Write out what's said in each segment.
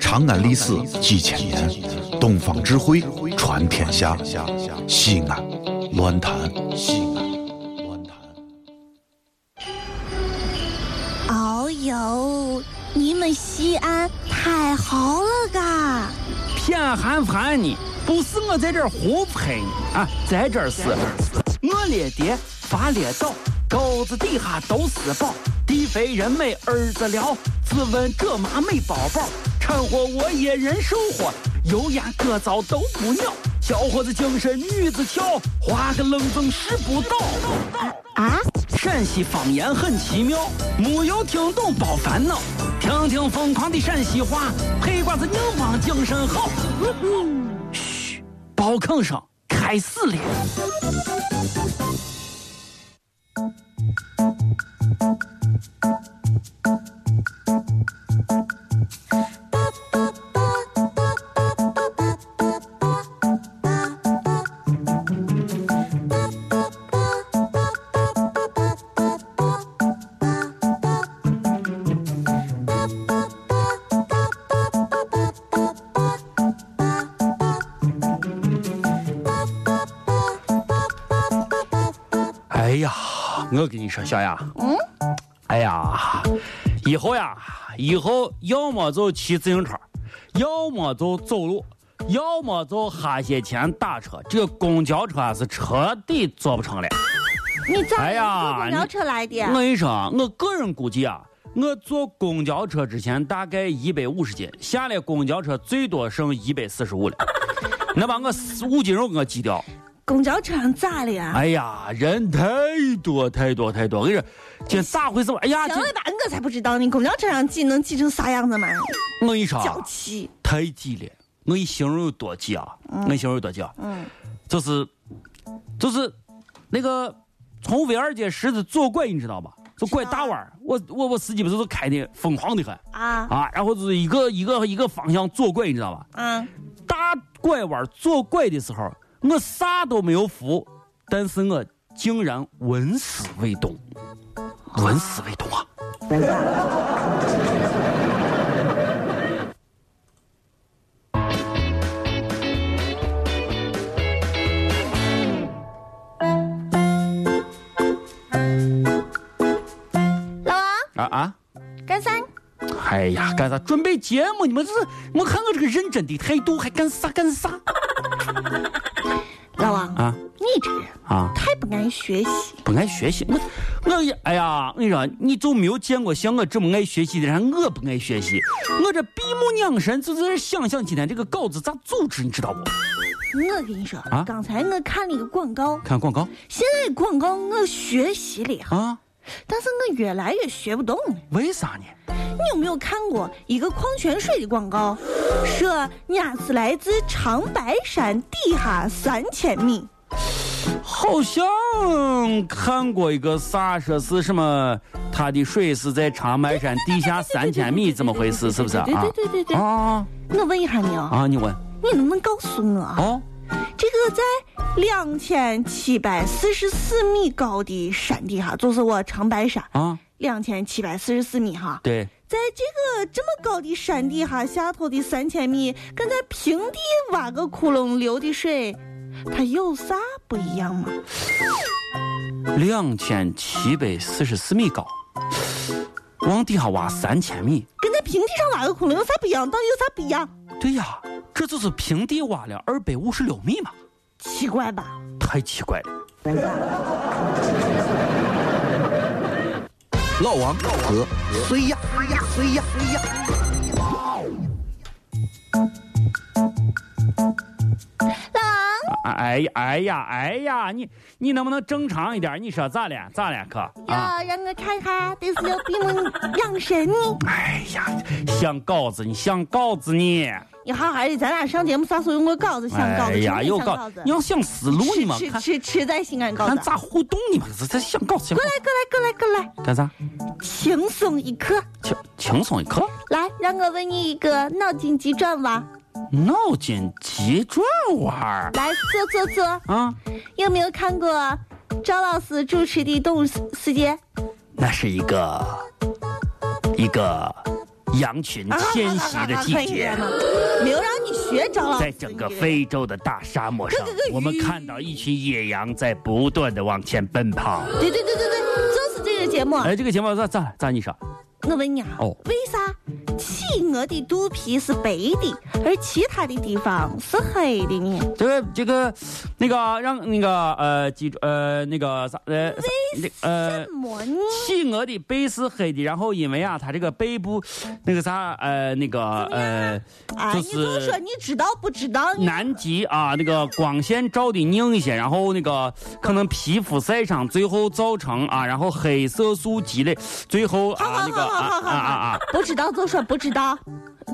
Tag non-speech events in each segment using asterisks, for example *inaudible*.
长安历史几千年，东方智慧传天下。西安，乱谈西安，乱谈。哦呦，你们西安太好了嘎！偏寒寒你，不是我在这儿胡喷你啊，在这儿是，我列爹发列倒，沟子底下都是宝，地肥人美儿子了，自问这妈没宝宝，掺和我也人生活，油盐各糟都不尿，小伙子精神女子俏，花个愣风使不倒。啊，陕西方言很奇妙，没有听懂别烦恼，听听疯狂的陕西话，黑瓜子硬邦精神好。嘘，包吭声开始了。哎呀，我跟你说，小雅，嗯，哎呀，以后呀，以后要么就骑自行车，要么就走路，要么就哈些钱打车，这个公交车啊是彻底做不成了。你咋哎呀坐公交车来的？我跟你说啊，我个人估计啊，我坐公交车之前大概一百五十斤，下了公交车最多剩一百四十五了。 *laughs* 那把我四五斤肉给我挤掉，公交车上咋了呀？哎呀，人太多太多太多！我跟你说，这咋回事吧？哎呀，这行了吧，我才不知道你公交车上挤能挤成啥样子嘛！我跟你说啊，脚气，太挤了。我一形容有多挤啊！我一形容有多挤啊！嗯，就是，就是，那个从威尔街十字左拐，你知道吧？就拐大弯儿。我我我司机不是都开的疯狂的很啊啊，然后就是一个一个一个方向左拐，你知道吧？啊，大拐弯左拐的时候，我啥都没有扶，但是我竟然纹丝未动，纹丝未动啊！老王啊啊！干啥？哎呀，干啥？准备节目，你们这是，我看我这个认真的态度，还干啥干啥老王，啊你这个人啊！太不爱学习。不爱学习，我我也哎呀，我跟你说，你就没有见过像我这么爱学习的人。我不爱学习，我这闭目养神，就在这想想今天这个稿子咋组织，你知道不？我跟你说，啊刚才我看了一个广告，看广告现在广告我学习了，啊？但是我越来越学不懂了。为啥呢？你有没有看过一个矿泉水的广告？说俺是来自长白山底下三千米。好像看过一个啥，说是什么，它的水是在长白山地下三千米，怎么回事？是不是啊？对对对对对。啊我问一下你啊，啊！你问你能不能告诉我，啊哦。这个在两千七百四十四米高的山底下，就是我长白山啊，两千七百四十四米哈，对，在这个这么高的山底下下头的三千米，跟在平地挖个窟窿流的水，它有啥不一样吗？两千七百四十四米高，往底下挖三千米。跟在平地上挖个窟窿有啥不一样？到底有啥不一样？对呀，这就是平地挖了二百五十六米嘛，奇怪吧？太奇怪了。老王和谁呀？谁呀？谁呀？啊 *laughs* 哎呀哎呀哎呀，你你能不能正常一点？你说咋了？咋了，哥？啊，要让我看看，这是要闭目养神呢。哎呀，想稿子你想稿子你，你好好的，咱俩上节目啥时候用过稿子？想稿哎子，呀有又稿，你要想思路你嘛，吃看吃吃在西安稿子。啊看过咋互动你嘛，这这想稿子想稿来，过来，过来，过来，子干啥？轻松一刻。轻轻松一刻，来，让我问你一个脑筋急转弯。脑筋急转弯儿来，坐坐坐。啊。有没有看过张老师主持的《动物世世界》？那是一个一个羊群迁徙的季节。啊没有让你学着了。在整个非洲的大沙漠上咯咯，咯我们看到一群野羊在不断的往前奔跑。对对对对对，就是这个节目。啊哎，这个情况咋咋咋你说？我问你啊，哦为啥企鹅的肚皮是白的，而其他的地方是黑的呢？这个这个，那个让那个呃记住呃那个啥呃那呃什。么呢？企鹅的背是黑的，然后因为啊，它这个背部，那个啥，呃，那个呃，啊，就你就是说你知道不知道？你南极啊，那个光线照的硬一些，然啊后那个可能皮肤晒伤，最后造成啊，然后黑色素积累，最后好啊好那个好啊好好啊啊好，，啊不知道就说不知道，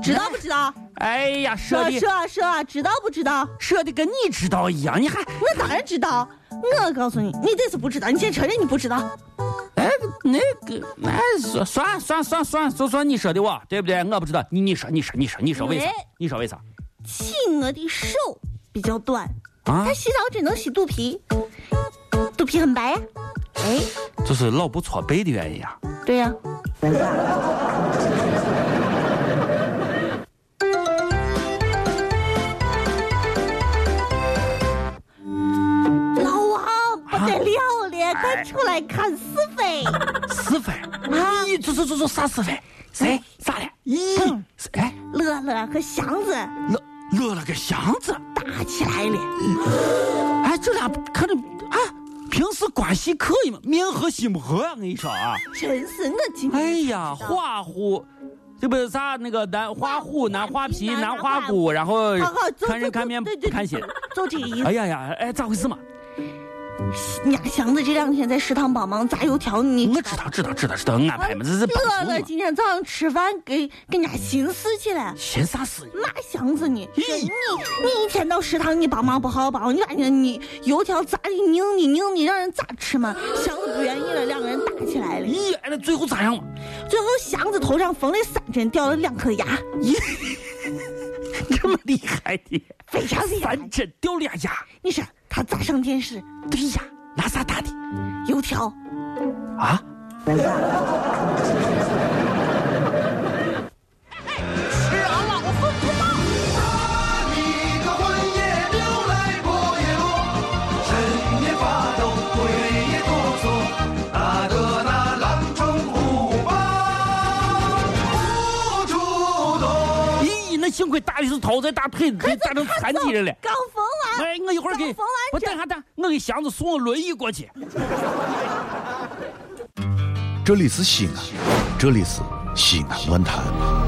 知道不知道？哎呀，说说的说说，知道不知道？说的跟你知道一样，你还我当然知道。我告诉你，你这是不知道，你先承认你不知道。哎那个哎算算算算算就算你说的我对不对？我不知道，你你说你说你说你说为啥喂？你说为啥？企鹅的手比较短，啊它，洗澡只能洗肚皮，肚皮很白呀、哎，就是老不搓背的原因啊。对呀、老王不得了了，快出来看是非！是非，啊你这这这这啥是非？谁咋了？嗯咦，是哎，乐乐和祥子乐乐了个祥子，打起来了，哎，这俩看着啊，平时关系可以吗？面和心不和呀、我跟你说啊，真是我今天哎呀，花虎。这不是啥那个南花虎、南花皮、南花骨，然后好好就看人就看面对对不对 *laughs* 看心。就这个意哎思。呀呀，哎，咋回事嘛？你家祥子这两天在食堂帮忙炸油条，你我知道，知道，知道，知道，安排嘛，这是帮乐助乐嘛。今天早上吃饭给给人家寻思去了。寻啥事呢？骂祥子你，咦说你你一天到食堂你帮忙不好帮，你把你你油条炸的拧你拧你，让人咋吃嘛？祥子不愿意了，两个人打起来了。咦，哎，那最后咋样了？最后祥子头上缝了三针，掉了两颗牙，这么厉害的，非常厉害三针掉俩牙，你说他咋上电视？对呀，拿啥打的？油条，啊？一个魂也流来魄也落，身也发抖，腿也哆嗦，打得那狼虫虎豹无处躲。咦，那幸亏打的是头，再打腿，给打成残疾 *laughs* 人了。刚缝完，哎，我一会儿给刚缝，我完等针，下等，我给祥子送个轮椅过去。这里是西安，这里是西安论坛。